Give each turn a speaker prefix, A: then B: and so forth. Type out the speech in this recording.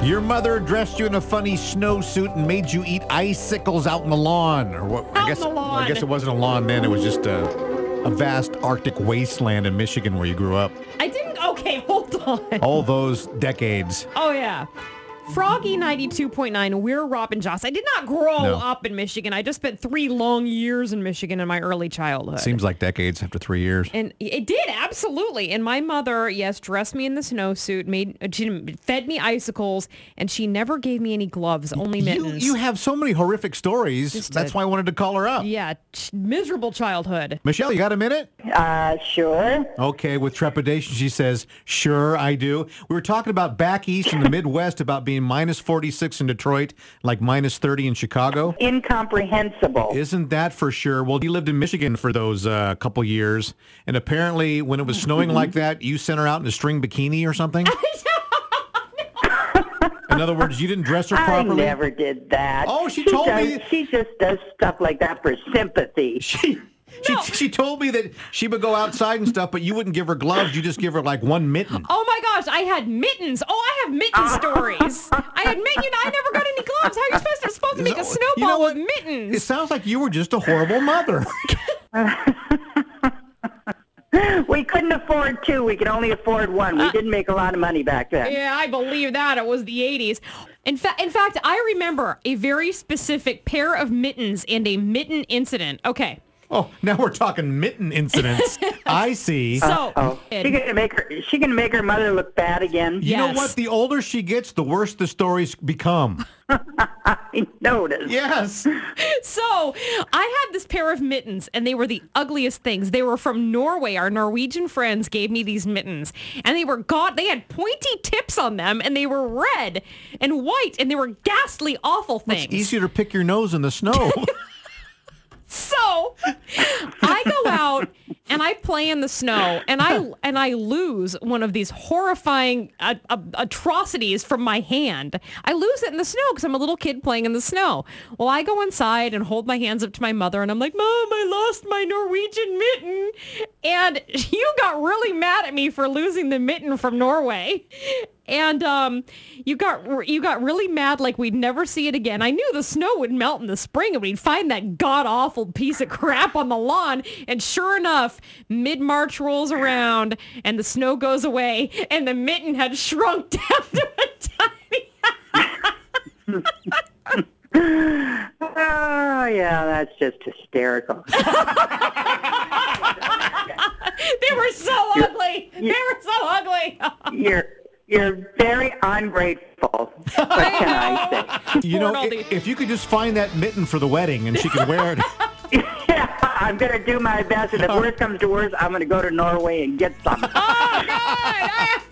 A: Your mother dressed you in a funny snowsuit and made you eat icicles out in the lawn, or what? I
B: Out
A: guess
B: in the lawn.
A: I guess it wasn't a lawn then; it was just a, a vast Arctic wasteland in Michigan where you grew up.
B: I didn't. Okay, hold on.
A: All those decades.
B: Oh yeah. Froggy 92.9, we're Robin Joss. I did not grow
A: No.
B: up in Michigan. I just spent three long years in Michigan in my early childhood.
A: Seems like decades after three years.
B: and it did, absolutely. And my mother, yes, dressed me in the snowsuit, made she didn't- fed me icicles, and she never gave me any gloves, only
A: You,
B: mittens.
A: you have so many horrific stories. That's
B: a-
A: why I wanted to call her up.
B: yeah, ch- miserable childhood.
A: Michelle, you got a minute?
C: Uh, sure.
A: Okay, with trepidation, she says, Sure, I do. We were talking about back east in the Midwest about being minus 46 in Detroit, like minus 30 in Chicago.
C: Incomprehensible.
A: Isn't that for sure? Well, you lived in Michigan for those uh, couple years, and apparently, when it was snowing like that, you sent her out in a string bikini or something. in other words, you didn't dress her
C: I
A: properly.
C: never did that.
A: Oh, she
C: she
A: told
C: does,
A: me-
C: She just does stuff like that for sympathy.
A: She, she, she told me that she would go outside and stuff, but you wouldn't give her gloves. You just give her like one mitten.
B: Oh my gosh, I had mittens. Oh, I have mitten stories. I admit, you know, I never got any gloves. How are you supposed to, supposed to make a
A: So-
B: snowball
A: you know
B: with
A: what?
B: mittens?
A: It sounds like you were just a horrible mother.
C: We couldn't afford two. We could only afford one. We didn't make a lot of money back then.
B: Yeah, I believe that. It was the 80s. In, fa- in fact, I remember a very specific pair of mittens and a mitten incident. Okay.
A: oh, now we're talking mitten incidents. I see.
B: So,
C: Oh, she gonna make her. She gonna make her mother look bad again.
A: you know
B: yes.
A: what? The older she gets, the worse the stories become.
C: I noticed.
A: Yes.
B: so I had this pair of mittens and they were the ugliest things. They were from Norway. Our Norwegian friends gave me these mittens and they were god they had pointy tips on them and they were red and white and they were ghastly awful things.
A: Easier to pick your nose in the snow.
B: So I go out and I play in the snow and I and I lose one of these horrifying uh, uh, atrocities from my hand. I lose it in the snow because I'm a little kid playing in the snow. Well, I go inside and hold my hands up to my mother and I'm like, "Mom, I lost my Norwegian mitten." And you got really mad at me for losing the mitten from Norway. And um, you got you got really mad, like we'd never see it again. I knew the snow would melt in the spring, and we'd find that god awful piece of crap on the lawn. And sure enough, mid March rolls around, and the snow goes away, and the mitten had shrunk down to a tiny.
C: Oh yeah, that's just hysterical.
B: They were so ugly. They were so ugly.
C: you're you're very ungrateful. What can I say?
A: you
B: Poor
A: know, i-
B: Noldy.
A: if you could just find that mitten for the wedding and she could wear it.
C: Yeah, I'm going to do my best. And if worse comes to worse, I'm going to go to Norway and get some.
B: Oh, God.